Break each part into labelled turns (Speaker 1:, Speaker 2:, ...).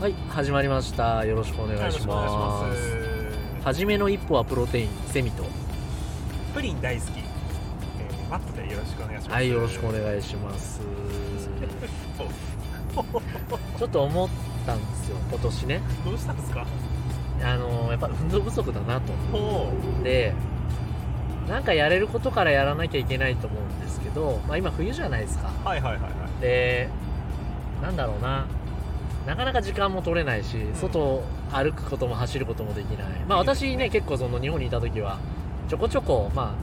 Speaker 1: はい始まりましたよろしくお願いします初めの一歩はプロテインセミと
Speaker 2: プリン大好き、えーマットでよろしくお願いします
Speaker 1: はいよろしくお願いし ますちょっと思ったんですよ今年ね
Speaker 2: どうしたんですか
Speaker 1: あのやっぱ運動不足だなと
Speaker 2: ほ
Speaker 1: でなんかやれることからやらなきゃいけないと思うんですけど、まあ、今冬じゃないですか
Speaker 2: うはいはいはいはい
Speaker 1: でなんだろうななかなか時間も取れないし外を歩くことも走ることもできないまあ私ね結構その日本にいた時はちょこちょこま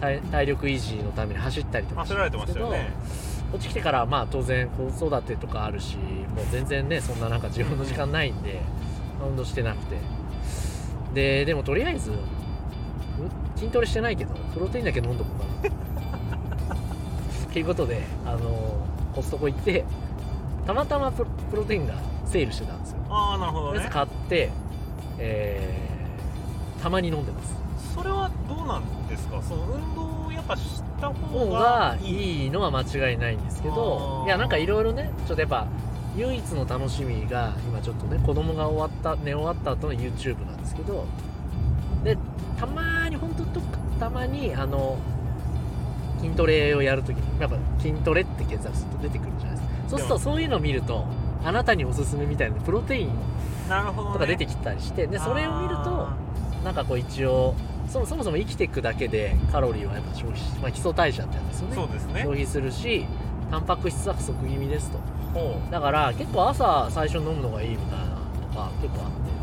Speaker 1: あ体体力維持のために走ったりとか
Speaker 2: 走られてましたよね
Speaker 1: こっち来てからまあ当然子育てとかあるしもう全然ねそんななんか自分の時間ないんでまあ運動してなくてででもとりあえずう筋トレしてないけどプロテインだけ飲んどこうかなっていうことであのコストコ行ってたまたまプロプロテインがセールしてたんですよ
Speaker 2: ああなるほ
Speaker 1: と
Speaker 2: ど
Speaker 1: りあえ
Speaker 2: ね
Speaker 1: ず買って、えーたまに飲んでます
Speaker 2: それはどうなんですかその運動をやっぱした方
Speaker 1: 方
Speaker 2: が
Speaker 1: が
Speaker 2: いい
Speaker 1: いいのは間違いないんですけ
Speaker 2: あ
Speaker 1: ど
Speaker 2: ー
Speaker 1: いやなんかいろいろねちょっとやっぱ唯一の楽しみが今ちょっとね子供が終わった寝終わった後の YouTube なんですけどでたまに本当とたまにあの筋トレをやるときにやっぱ筋トレって検索すると出てくるじゃないですかそうすると
Speaker 2: で
Speaker 1: そういうのを見るとあなたにおすすめみたいなプロテイン
Speaker 2: なるほど、ね、
Speaker 1: とか出てきたりしてでそれを見ると
Speaker 2: あ
Speaker 1: なんかこう一応そもそもそも生きていくだけでカロリーはやっぱ消費し、まあ、基礎代謝ってやつですよ
Speaker 2: ー
Speaker 1: ね
Speaker 2: そうですね
Speaker 1: 消費するしタンパク質は不足気味ですと
Speaker 2: ほ
Speaker 1: だから結構朝最初飲むのがいいみたいなのとか結構あって、うん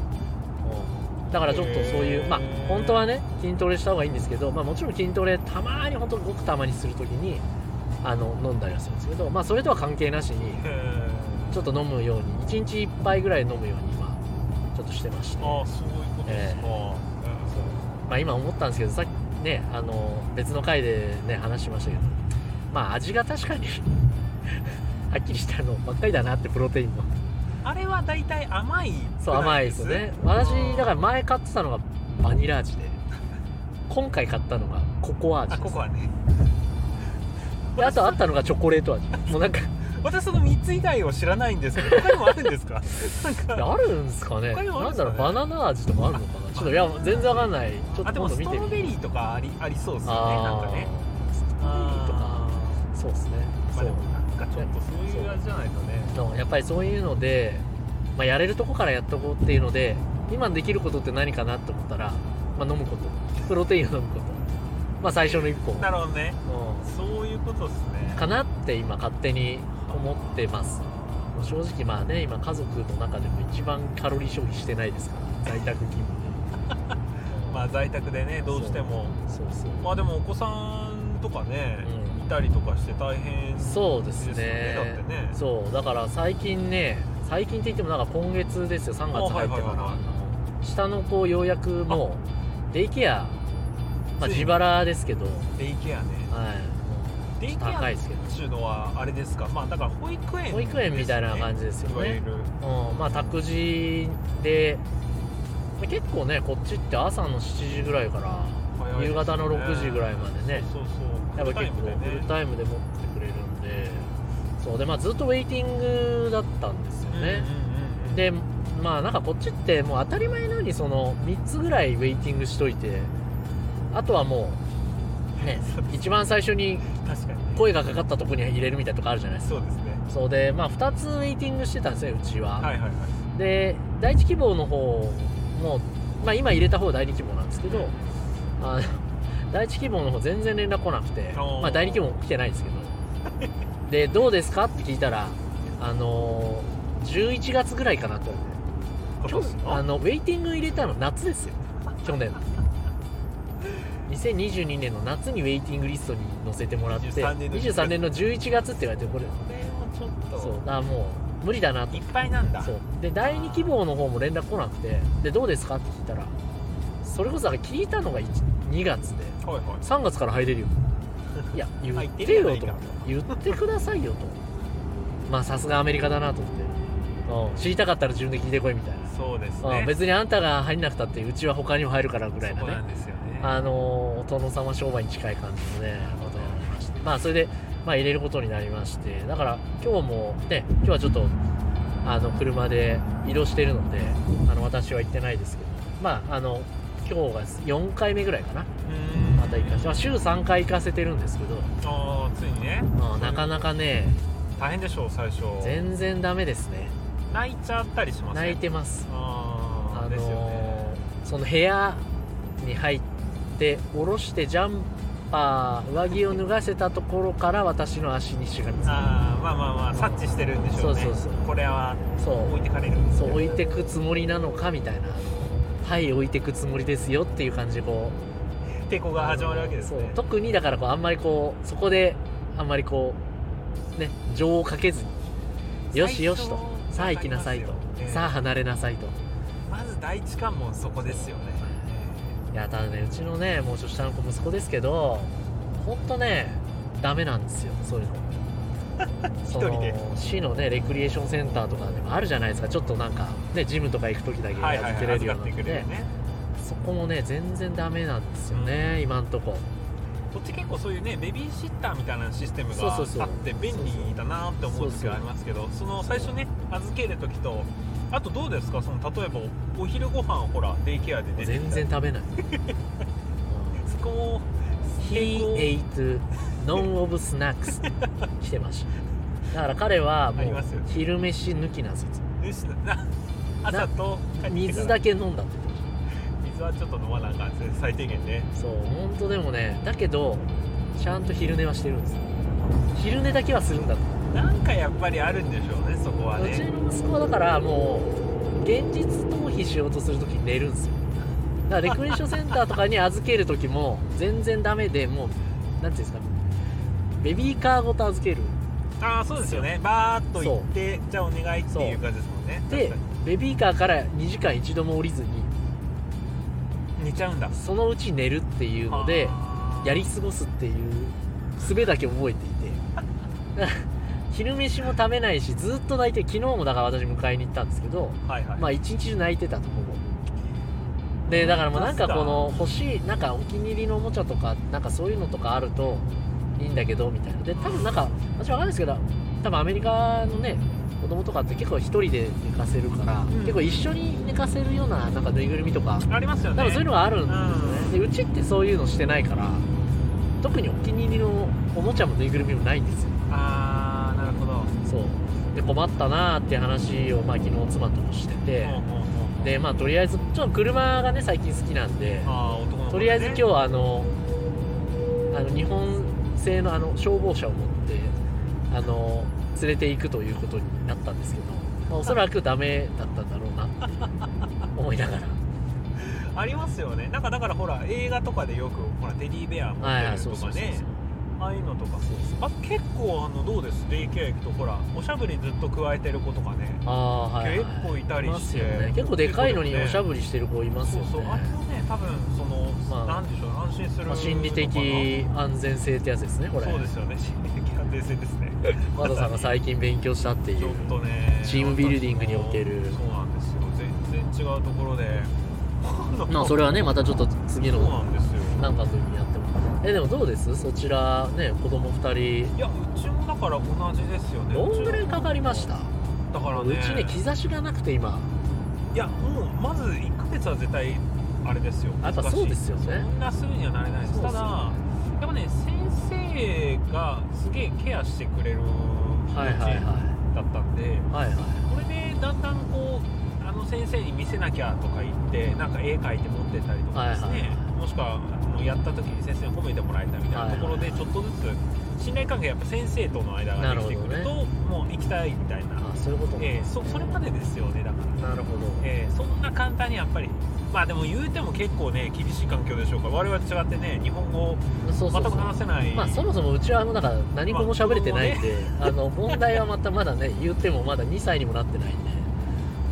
Speaker 1: だからちょっとそうい
Speaker 2: へ
Speaker 1: う
Speaker 2: ー
Speaker 1: まあ本当はね筋トレした方がいいんですけど、まあ、もちろん筋トレたまに本当ごくたまにするときにあの飲んだりはするんですけど、まあ、それとは関係なしに
Speaker 2: うへー
Speaker 1: ちょっと飲むように1日1杯ぐらい飲むように今ちょっとしてまして
Speaker 2: ああそういうことですか、
Speaker 1: えまあ、今思ったんですけどさっきねあの別の回でね話しましたけどまあ味が確かに はっきりしたのばっかりだなってプロテインも
Speaker 2: うんあれは大体甘い
Speaker 1: そう甘いですよね私だから前買ってたのがバニラ味で今回買ったのがココア味
Speaker 2: あ
Speaker 1: で
Speaker 2: こ
Speaker 1: す
Speaker 2: こはね
Speaker 1: であとあったのがチョコレート味もう なんか
Speaker 2: 私その3つ以外を知らないんですけど他にもあるんで すかなんか
Speaker 1: あるんですかね
Speaker 2: 他にもあ
Speaker 1: な
Speaker 2: るん
Speaker 1: ん
Speaker 2: です
Speaker 1: だ
Speaker 2: か
Speaker 1: ろ
Speaker 2: ね
Speaker 1: うバナナ味とかあるのかなちょっといや全然わかんないちょっ
Speaker 2: あ
Speaker 1: と
Speaker 2: でも
Speaker 1: 今度
Speaker 2: ス
Speaker 1: 見
Speaker 2: ト
Speaker 1: て
Speaker 2: ロ
Speaker 1: み
Speaker 2: ベ
Speaker 1: る
Speaker 2: リーとかありありそうですよねなん
Speaker 1: あ
Speaker 2: か
Speaker 1: ー
Speaker 2: ね
Speaker 1: ストロベリーとかそうですね
Speaker 2: ま
Speaker 1: そ
Speaker 2: あ
Speaker 1: う
Speaker 2: でもなんかちょっとそういう味じゃないとね
Speaker 1: のやっぱりそういうので、まあ、やれるとこからやっとこうっていうので今できることって何かなって思ったら、まあ、飲むことプロテインを飲むこと、まあ、最初の一歩
Speaker 2: なるほどね
Speaker 1: う
Speaker 2: そういうことですね
Speaker 1: んかなって今勝手に思ってますもう正直まあね今家族の中でも一番カロリー消費してないですから在宅勤務で
Speaker 2: まあ在宅でねどうしても
Speaker 1: そうそう、
Speaker 2: まあでもお子さんとかね
Speaker 1: うん
Speaker 2: いたりとかして大変
Speaker 1: そうですね
Speaker 2: ですよねだってね
Speaker 1: そうだから最近ね最近って言ってもなんか今月ですよ3月入ってから、
Speaker 2: あはいはいはいはい
Speaker 1: あの下の子ようやくもうデイケア、まあ、
Speaker 2: ついに
Speaker 1: 自腹ですけど、は
Speaker 2: デイケアね
Speaker 1: い、
Speaker 2: デイケア
Speaker 1: 高い
Speaker 2: っ
Speaker 1: ですけど
Speaker 2: ていうのはあれですかまあだから保育園
Speaker 1: 保育園みたいな感
Speaker 2: じ
Speaker 1: じですよ
Speaker 2: いわゆ
Speaker 1: ね
Speaker 2: る、
Speaker 1: うん、まあ託児でまあ結構ねこっちって朝の7時ぐらいから
Speaker 2: 早いですね
Speaker 1: 夕方の6時ぐらいまでね
Speaker 2: そうそう
Speaker 1: やっぱ
Speaker 2: タイ
Speaker 1: 結構
Speaker 2: ム
Speaker 1: フ
Speaker 2: でね
Speaker 1: ルタイムで持ってくれるんでそうでまあずっとウェイティングだったんですよね、
Speaker 2: うんうんうん
Speaker 1: でまあなんかこっちってもう当たり前のようにその3つぐらいウェイティングしといてあとはもうね一番最初に
Speaker 2: 確かにね
Speaker 1: 声がかかったとこに入れるみたいなとこあるじゃないですか
Speaker 2: そうですね
Speaker 1: そうでまあ2つウェイティングしてたんですようちは、
Speaker 2: はいはいはい
Speaker 1: で第一希望の方もまあ今入れた方は第二希望なんですけどあの第一希望の方全然連絡来なくて
Speaker 2: おー
Speaker 1: まあ第二希望も来てないんですけどでどうですかって聞いたらあのー11月ぐらいかなと
Speaker 2: 今
Speaker 1: 去
Speaker 2: 年の
Speaker 1: あのウェイティング入れたの夏ですよ去年2022年の夏にウェイティングリストに載せてもらって
Speaker 2: 23年の
Speaker 1: 23年の11月って言われてこれ
Speaker 2: これもちょっと
Speaker 1: そうだからもう無理だなと
Speaker 2: いっぱいなんだ
Speaker 1: そうで第2希望の方も連絡来なくてでどうですかって聞いたらそれこそだから聞いたのが1 2月で
Speaker 2: はいはい
Speaker 1: 3月から入れる よいや言
Speaker 2: 入っ
Speaker 1: ってて
Speaker 2: るやな
Speaker 1: よ
Speaker 2: い
Speaker 1: と
Speaker 2: か
Speaker 1: 言ってくださいよとまあさすがアメリカだなと思って、うん、知りたかったら自分で聞いてこいみたいな
Speaker 2: そうです
Speaker 1: あ
Speaker 2: ね
Speaker 1: 別にあんたが入んなくたってうちは他にも入るからぐらいな
Speaker 2: そうな
Speaker 1: ね
Speaker 2: んですよね
Speaker 1: あのーお殿様商売に近い感じのねことになりましてまあそれで、まあ、入れることになりましてだから今日もね今日はちょっとあの車で移動してるのであの私は行ってないですけどまああの今日が4回目ぐらいかな
Speaker 2: うん
Speaker 1: また行かせて、まあ、週3回行かせてるんですけど、
Speaker 2: あーついにね
Speaker 1: まあ、なかなかね
Speaker 2: 大変でしょう最初
Speaker 1: 全然ダメですね
Speaker 2: 泣いちゃったりします
Speaker 1: 泣いてます
Speaker 2: あ
Speaker 1: あ
Speaker 2: ーですよね
Speaker 1: のーその部屋に入って下ろしてジャンパー上着を脱がせたところから私の足にしがみつく
Speaker 2: あーまあまあまあ察知してるんでしょうね
Speaker 1: そうそうそう
Speaker 2: これは
Speaker 1: そう
Speaker 2: 置いてかれるんです
Speaker 1: そう
Speaker 2: ね
Speaker 1: 置いてくつもりなのかみたいなはい置いてくつもりですよっていう感じでこ
Speaker 2: 抵抗
Speaker 1: う
Speaker 2: が始まるわけです
Speaker 1: そう
Speaker 2: ね
Speaker 1: 特にだからこうあんまりこうそこであんまりこうね情をかけずによしよしとさあ行きなさいと、さあ
Speaker 2: あ
Speaker 1: 離れなさいと
Speaker 2: まず第一関門そこですよね
Speaker 1: いやただねうちのねもうちょっと下の子息子ですけどほんとねダメなんですよそういうの
Speaker 2: 一人で
Speaker 1: その市のねレクリエーションセンターとかでもあるじゃないですかちょっとなんかねジムとか行く時だけ
Speaker 2: はいはい
Speaker 1: 預け
Speaker 2: は
Speaker 1: れ
Speaker 2: い
Speaker 1: るよう
Speaker 2: 預
Speaker 1: になって
Speaker 2: かっ
Speaker 1: て
Speaker 2: くれるね
Speaker 1: そこもね全然ダメなんですよね、今んとこ
Speaker 2: こっち結構そういうねベビーシッターみたいなシステム
Speaker 1: そう
Speaker 2: があ
Speaker 1: そうそう
Speaker 2: って便利だなって思う時がありますけどその最初ね預ける時とあとどうですかその例えばお昼ご飯をほらデイケアで出てきた
Speaker 1: 全然食べ ないうん
Speaker 2: そこも
Speaker 1: He
Speaker 2: 抵
Speaker 1: ate none of snacks してましただから彼はも
Speaker 2: あり
Speaker 1: う
Speaker 2: ますよ
Speaker 1: 昼飯抜きなんですよ
Speaker 2: 抗よしな朝と帰ってきてから
Speaker 1: 水だけ飲んだって言ってまし
Speaker 2: 水はちょっと飲まなあかんですね最低限ね
Speaker 1: たそう本当でもねだけどちゃんと昼寝はしてるんですよ昼寝だけはするんだと
Speaker 2: なんかやっぱりあるんでしょうねそこは
Speaker 1: うち
Speaker 2: ね
Speaker 1: の息子はだからもう現実逃避しようとするときに寝るんですよだからレクリエーションセンターとかに預けるときも全然ダメでもうなんていうんですかベビーカーごと預ける
Speaker 2: ああそうですよねバーッと行ってじゃあお願いっていう感じですもんね
Speaker 1: で
Speaker 2: 確か
Speaker 1: ベビーカーから2時間一度も降りずに
Speaker 2: に寝ちゃうんだ
Speaker 1: そのうち寝るっていうので
Speaker 2: あー
Speaker 1: やり過ごすっていう術だけ覚えていて 昼飯も食べないしずっと泣いて昨日もだから私迎えに行ったんですけど
Speaker 2: はいはい、
Speaker 1: まあ一日中泣いてたと思うでだからもうなんかこの欲しいなんかお気に入りのおもちゃとかなんかそういうのとかあるといいんだけどみたいなで多分なんか私わかんないですけど多分アメリカのね子供とかって結構一人で寝かせるから、
Speaker 2: ん
Speaker 1: 結構一緒に寝かせるようななんかぬいぐるみとか
Speaker 2: ありますよね
Speaker 1: 多分そういうのがあるんですよ
Speaker 2: うん
Speaker 1: ねでうちってそういうのしてないから特にお気に入りのおもちゃもぬいぐるみもないんですよ
Speaker 2: ああなるほどほ
Speaker 1: そうで困ったなーって話をまあ昨日妻ともしてて、
Speaker 2: うほうほうほう
Speaker 1: でまあとりあえずちょっと車がね最近好きなんで
Speaker 2: あー男の子ね
Speaker 1: とりあえず今日はあのあの日本製のあの消防車を持ってあの連れて行くということになったんですけど、まあ、おそらくダメだったんだろうなって思いな がら
Speaker 2: ありますよねなんかだからほら映画とかでよくほらテディベア持
Speaker 1: はいはい
Speaker 2: って
Speaker 1: そ
Speaker 2: る
Speaker 1: う
Speaker 2: と
Speaker 1: そう
Speaker 2: か
Speaker 1: そう
Speaker 2: ねああいうのと
Speaker 1: そ
Speaker 2: か
Speaker 1: うそう
Speaker 2: あ結構あのどうですデイケア行くとほらおしゃぶりずっと加えてる子とかね
Speaker 1: ああーはい、はい、
Speaker 2: 結構いたり
Speaker 1: ま
Speaker 2: し
Speaker 1: す
Speaker 2: て
Speaker 1: よね結構でかいのにおしゃ
Speaker 2: ぶ
Speaker 1: ぶりしてる子いますよね
Speaker 2: そうそうあれもね多分その、
Speaker 1: まあ
Speaker 2: なんでしょう安心する
Speaker 1: まあ、心理
Speaker 2: のかな
Speaker 1: 的安全性ってやつですねこれ
Speaker 2: そうですよね心理的安定性ですね
Speaker 1: 和田さんが最近勉強したってい
Speaker 2: ちょ
Speaker 1: う
Speaker 2: っとね
Speaker 1: チームビルディングにおける
Speaker 2: そうなんですよ全然違うとこ ろで
Speaker 1: まあそれはねまたちょっと次
Speaker 2: そう
Speaker 1: の
Speaker 2: なんですよ
Speaker 1: なんかの時にやってもえでもどうですそちらね子供2人
Speaker 2: いやうちもだから同じですよね
Speaker 1: どんぐらいかかりました
Speaker 2: だから
Speaker 1: う
Speaker 2: ね
Speaker 1: ちね兆しがなくて今
Speaker 2: いやもうまず1ヶ月は絶対あれですよ
Speaker 1: やっぱ
Speaker 2: 難しい
Speaker 1: そうですよね
Speaker 2: そんなすぐにはなれないです
Speaker 1: そう
Speaker 2: た
Speaker 1: そう
Speaker 2: だやっぱね先生がすげえケアしてくれる
Speaker 1: はいはいはい
Speaker 2: だったんで
Speaker 1: はいはい
Speaker 2: これでだんだんこうあの先生に見せなきゃとか言ってなんか絵描いて持ってったりとかですね、
Speaker 1: はいはい
Speaker 2: もしくはもうやった時に先生に褒めてもらえたみたいなところで
Speaker 1: はい
Speaker 2: ちょっとずつ信頼関係やっぱ先生との間ができてく
Speaker 1: な
Speaker 2: る
Speaker 1: る
Speaker 2: と
Speaker 1: ほ
Speaker 2: もう行きたいみたいな
Speaker 1: あそういうこと
Speaker 2: えーそそれまでですよねだから。
Speaker 1: なるほど
Speaker 2: えーそんな簡単にやっぱりまあでも言うても結構ね厳しい環境でしょうから我々と違ってね日本語
Speaker 1: そうそ
Speaker 2: 全
Speaker 1: う
Speaker 2: く
Speaker 1: そう
Speaker 2: 話せない
Speaker 1: まあそもそもうちはあのだから何語も喋れてないんで、あの問題はまたまだね言ってもまだ2歳にもなってないんで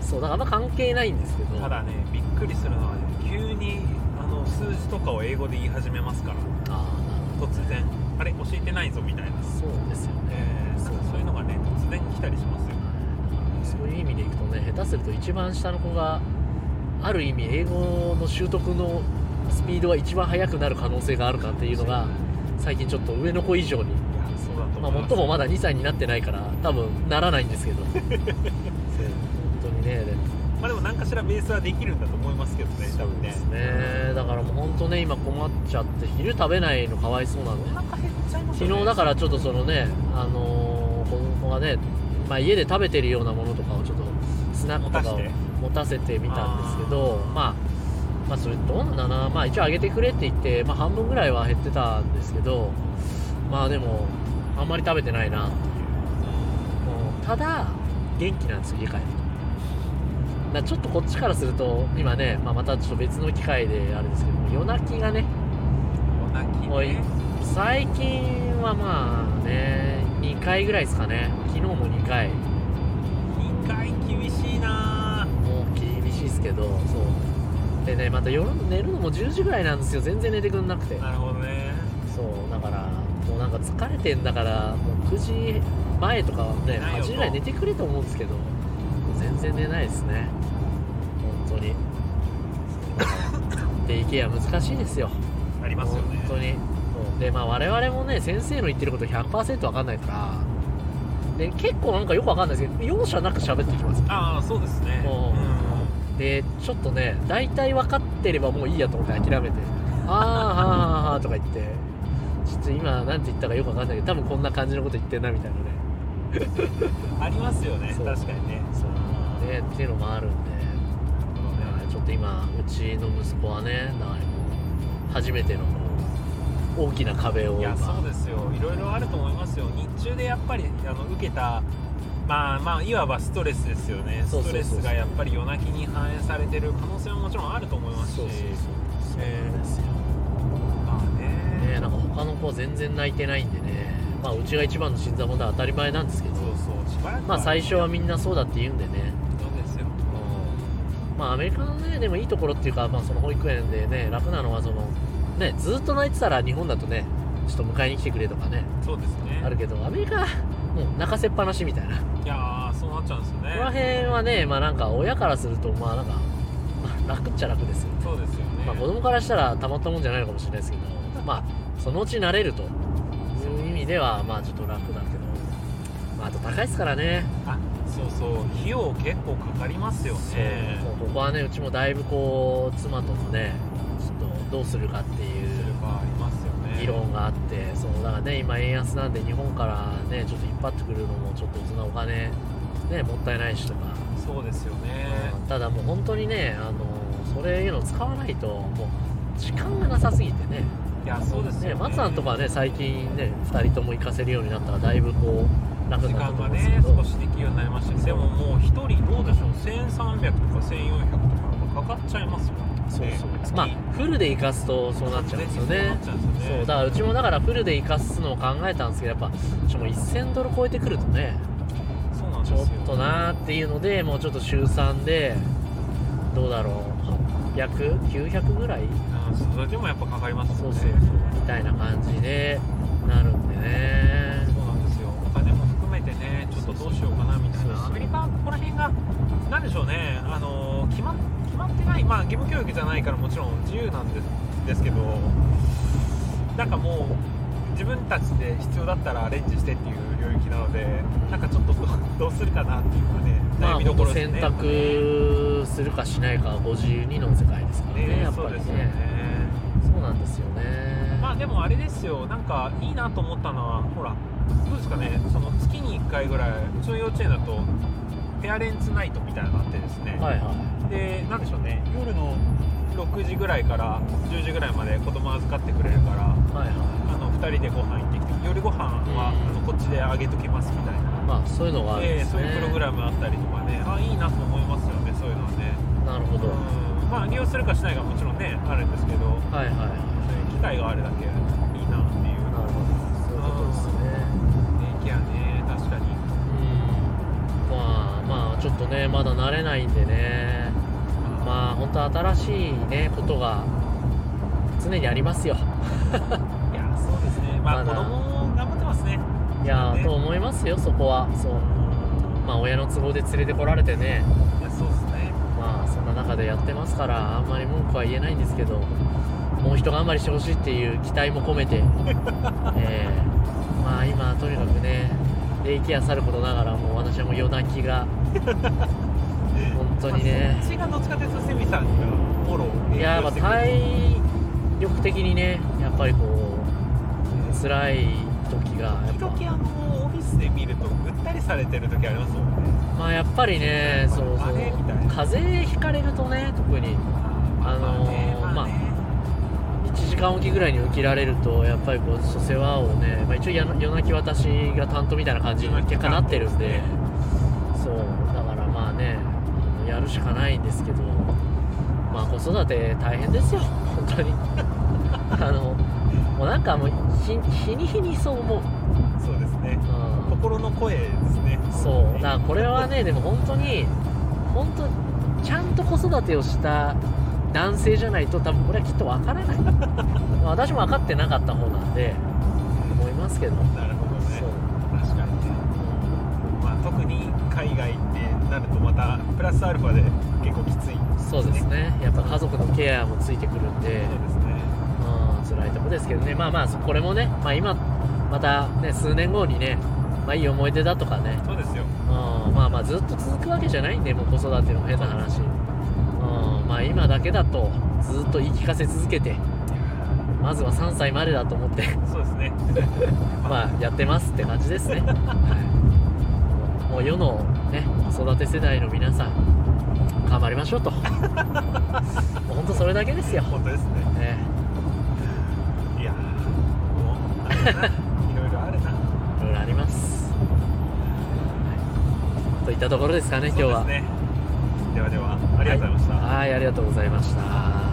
Speaker 1: そうだからあんま関係ないんですけど
Speaker 2: ただねびっくりするのはね急にあの数字とかを英語で言い始めますから
Speaker 1: ああなるほど
Speaker 2: 突然あれ教えてないぞみたいな、
Speaker 1: そうですよね
Speaker 2: えー
Speaker 1: そう
Speaker 2: そういうのがね突然来たりしますよ
Speaker 1: そういう意味でいくとね下手すると一番下の子がある意味英語の習得のスピードが一番速くなる可能性があるかっていうのが最近ちょっと上の子以上に、
Speaker 2: いやそうだと
Speaker 1: ま
Speaker 2: 思
Speaker 1: あ、
Speaker 2: います
Speaker 1: 最もまだ2歳になってないから多分ならないんですけど
Speaker 2: せん
Speaker 1: 本当にねでも
Speaker 2: まあでも何かしらベースはできるんだと思いますけどね多
Speaker 1: そう
Speaker 2: 分ね
Speaker 1: ですねだからもう本当ね今困っちゃって昼食べないのかわいそうなんで
Speaker 2: お腹減っちゃいますよ
Speaker 1: 昨
Speaker 2: ね
Speaker 1: 日だからちょっとそのねあのー子供がね、まあ、家で食べてるようなものとかをちょっとスナックとかを
Speaker 2: 持たせて
Speaker 1: 持たせてみたんですけどまあまあそれどうなんだなまあ一応あげてくれって言って、まあ、半分ぐらいは減ってたんですけどまあでもあんまり食べてないなっていうもうただ元気なんですよ家帰るとだからちょっとこっちからすると今ね、まあ、またちょっと別の機会であれですけども夜泣きがね
Speaker 2: お泣き
Speaker 1: おい
Speaker 2: ね
Speaker 1: 最近はまあね2回ぐらいですかね昨日も2回
Speaker 2: 2回厳しいな
Speaker 1: もう厳しいですけどそうでねまた夜寝るのも10時ぐらいなんですよ全然寝てくんなくて
Speaker 2: なるほどね
Speaker 1: そうだからもうなんか疲れてんだからもう9時前とかはね
Speaker 2: ないよ
Speaker 1: 8時ぐらい寝てくれと思うんですけど全然寝ないですね本当 にで IKEA 難しいですよ
Speaker 2: ありますよね
Speaker 1: 本当にそうでまあ我々もね先生の言ってること100%分かんないからで結構なんかよく分かんないですけど容赦なく喋ってきます
Speaker 2: ああそうですね
Speaker 1: おうでちょっとね大体分かってればもういいやと思って諦めて「あーはーはーはーとか言ってちょっと今なんて言ったかよく分かんないけど多分こんな感じのこと言ってんなみたいなね
Speaker 2: うんありますよね
Speaker 1: そう
Speaker 2: 確かにね
Speaker 1: そうでっていうのもあるんでちょっと今うちの息子はねなんか初めての大きな壁を
Speaker 2: いや
Speaker 1: 今
Speaker 2: そうですよいろいろあると思いますよ日中でやっぱりあの受けたまあまあいわばストレスですよね
Speaker 1: そうそう
Speaker 2: スト
Speaker 1: そう
Speaker 2: レ
Speaker 1: そう
Speaker 2: スがやっぱり夜泣きに反映されてる可能性ももちろんあると思いますし
Speaker 1: そうそうそうそうなんですよ、
Speaker 2: まあね
Speaker 1: ね、なんか他の子は全然泣いてないんでね、まあ、うちが一番の新参者は当たり前なんですけど
Speaker 2: そう、そうしばらく
Speaker 1: まあ、最初はみ
Speaker 2: なん
Speaker 1: なそうだって言うんでね、
Speaker 2: そうですよ
Speaker 1: まあ、アメリカのね、でもいいところっていうか、まあ、その保育園でね、楽なのはその、ね、ずっと泣いてたら日本だとね、ちょっと迎えに来てくれとかね、
Speaker 2: そうですね
Speaker 1: あるけど、アメリカ、もう泣かせっぱなしみたいな、こ
Speaker 2: いやーそうなっちゃうんですよね
Speaker 1: の辺はね、まあなんか親からすると、まあなんか、まあ、楽っちゃ楽ですよね。
Speaker 2: そうですよね、
Speaker 1: まあ、子供からしたらたまったもんじゃないのかもしれないですけど、まあ、そのうち慣れるという意味では、まあ、ちょっと楽だけど、まあ、あと高いですからね、
Speaker 2: あそうそう費用結構かかりますよね
Speaker 1: そうここはね、うちもだいぶこう、妻ともね、ちょっとどうするかってい
Speaker 2: すれ
Speaker 1: う
Speaker 2: ばありますよね
Speaker 1: 議論があって、そうだからね、今、円安なんで、日本からね、ちょっと引っ張ってくるのも、ちょっとそんなお金、ね、もったいないしとか。
Speaker 2: そうですよね
Speaker 1: ただもう本当にね、あのそれいうのを使わないともう時間がなさすぎてね
Speaker 2: いやそうですよ
Speaker 1: ね、
Speaker 2: ね
Speaker 1: 松さんとかはね最近ね2人とも行かせるようになったらだいぶこう楽
Speaker 2: 時
Speaker 1: になった
Speaker 2: 間
Speaker 1: と思
Speaker 2: が
Speaker 1: うんですけ
Speaker 2: ね
Speaker 1: ど、
Speaker 2: 少しできるようになりましたしでももう一人どうでしょう1300とか1400とかかかっちゃいますよね
Speaker 1: そうそうま
Speaker 2: ま
Speaker 1: あフルで行かすとそうなっちゃうんですよね
Speaker 2: そうなっちゃうんですよ
Speaker 1: そう
Speaker 2: ね
Speaker 1: だからうちもだからフルで行かすのを考えたんですけどやっぱちょもう1000ドル超えてくるとね
Speaker 2: そうなんです
Speaker 1: ち
Speaker 2: よ
Speaker 1: ょっとなーっていうのでもうちょっと週3でどうだろう800900ぐらい
Speaker 2: うんそれでもやっぱかかります
Speaker 1: そ
Speaker 2: よ
Speaker 1: う
Speaker 2: ね
Speaker 1: そうそうみたいな感じでなるんでね
Speaker 2: そうなんですよお金も含めてねちょっとどうしようかなみたい
Speaker 1: そうそう
Speaker 2: なアメリカはここら辺が何でしょうねあの決ま決まってないまあ義務教育じゃないからもちろん自由なんですですけどなんかもう自分たちで必要だったらアレンジしてっていう領域なのでなんかちょっとどうどうするかなっていうのがね
Speaker 1: ま
Speaker 2: 悩
Speaker 1: あ、
Speaker 2: みど
Speaker 1: 本当
Speaker 2: ころです
Speaker 1: 選
Speaker 2: ね
Speaker 1: 択するかしないかは52の世界ですからね
Speaker 2: ね
Speaker 1: やっ
Speaker 2: そ
Speaker 1: ぱ
Speaker 2: う
Speaker 1: り
Speaker 2: ですよ
Speaker 1: ね
Speaker 2: ね
Speaker 1: そうなんですよね
Speaker 2: まあでもあれですよなんかいいなと思ったのはほらどうですかねその月に1回ぐらいうちの幼稚園だとペアレンツナイトみたいなのがあってですね、
Speaker 1: はいは
Speaker 2: でなんでしょうね夜の6時ぐらいから10時ぐらいまで子供預かってくれるから
Speaker 1: いはいは、
Speaker 2: あの2人でご飯行ってきて夜ご飯はあのこっちであげときますみたいない
Speaker 1: まあそういうのがあるん
Speaker 2: え
Speaker 1: で
Speaker 2: え
Speaker 1: す
Speaker 2: そう
Speaker 1: ね、
Speaker 2: いうプログラムあったりとかねあいいなと思いますよねそういうのはね
Speaker 1: なるほど、は
Speaker 2: うんまあ利用するかしないかもちろんねあるんですけど
Speaker 1: いはいはい
Speaker 2: そういう機会があるだけいいなっていう
Speaker 1: なるほどそういうことですね
Speaker 2: ケアね確かに
Speaker 1: うんまあまあちょっとねまだ慣れないんでねまあ本当新しいねことが常にありますよ
Speaker 2: いやそうですね
Speaker 1: ま
Speaker 2: ま
Speaker 1: だ
Speaker 2: あ子供も頑張ってますね
Speaker 1: いやー、
Speaker 2: ね
Speaker 1: と思いますよそこはそうまあ親の都合で連れてこられてね
Speaker 2: いやそうですね
Speaker 1: まあそんな中でやってますからあんまり文句は言えないんですけどもう一頑張りしてほ しいっていう期待も込めて、えーまあ今とにかくねで息はさることながらもう私はもう夜泣きが本当にね
Speaker 2: まあそっちがどっちかというとセミさんがフォロー
Speaker 1: いやまあ体力的にねやっぱりこう辛い時がやっ
Speaker 2: 時
Speaker 1: ぱ
Speaker 2: 々あのオフィスで見るとぐったりされてる時ありますもんね
Speaker 1: まあやっぱりねそうそう
Speaker 2: あれみたいな
Speaker 1: 風邪ひかれるとね特にあのー
Speaker 2: まあね
Speaker 1: 1時間おきぐらいに起きられるとやっぱりこうそう世話をね、まあ、一応や夜泣き私が担当みたいな感じに結果なってるんでそうだからまあねあのやるしかないんですけどまあ子育て大変ですよ本当にあのもうなんかもう日日に日にそう思う、
Speaker 2: まあねそうですね
Speaker 1: うん、
Speaker 2: 心の声ですね
Speaker 1: そうだからこれはねでも本当に本当ちゃんと子育てをした男性じゃないと多分これはきっと分 からないまあ私も分かってなかった方なんで思いますけどそう
Speaker 2: なるほどね確かにねまあ特に海外ってなるとまたプラスアルファで結構きつい
Speaker 1: そうですねやっぱ家族のケアもついてくるんで、
Speaker 2: そうですね
Speaker 1: うん、辛いとこですけどねまあまあそこれもね、まあ、今またね数年後にね、まあ、いい思い出だとかね、
Speaker 2: そうですよ
Speaker 1: うん、まあまあずっと続くわけじゃないんでもう子育ての変な話、うん、まあ今だけだとずっと言い聞かせ続けてまずは3歳までだと思って
Speaker 2: そうですね
Speaker 1: まあやってますって感じですねはいもう世のね子育て世代の皆さん頑張りましょうと もうほんとそれだけですよ、
Speaker 2: 本当ですね
Speaker 1: ね、
Speaker 2: いやーもうあれだないろいろあるない
Speaker 1: ろいろあります、はいといったところですかね今日は
Speaker 2: そうですねではではありがとうございました、
Speaker 1: はいはいありがとうございました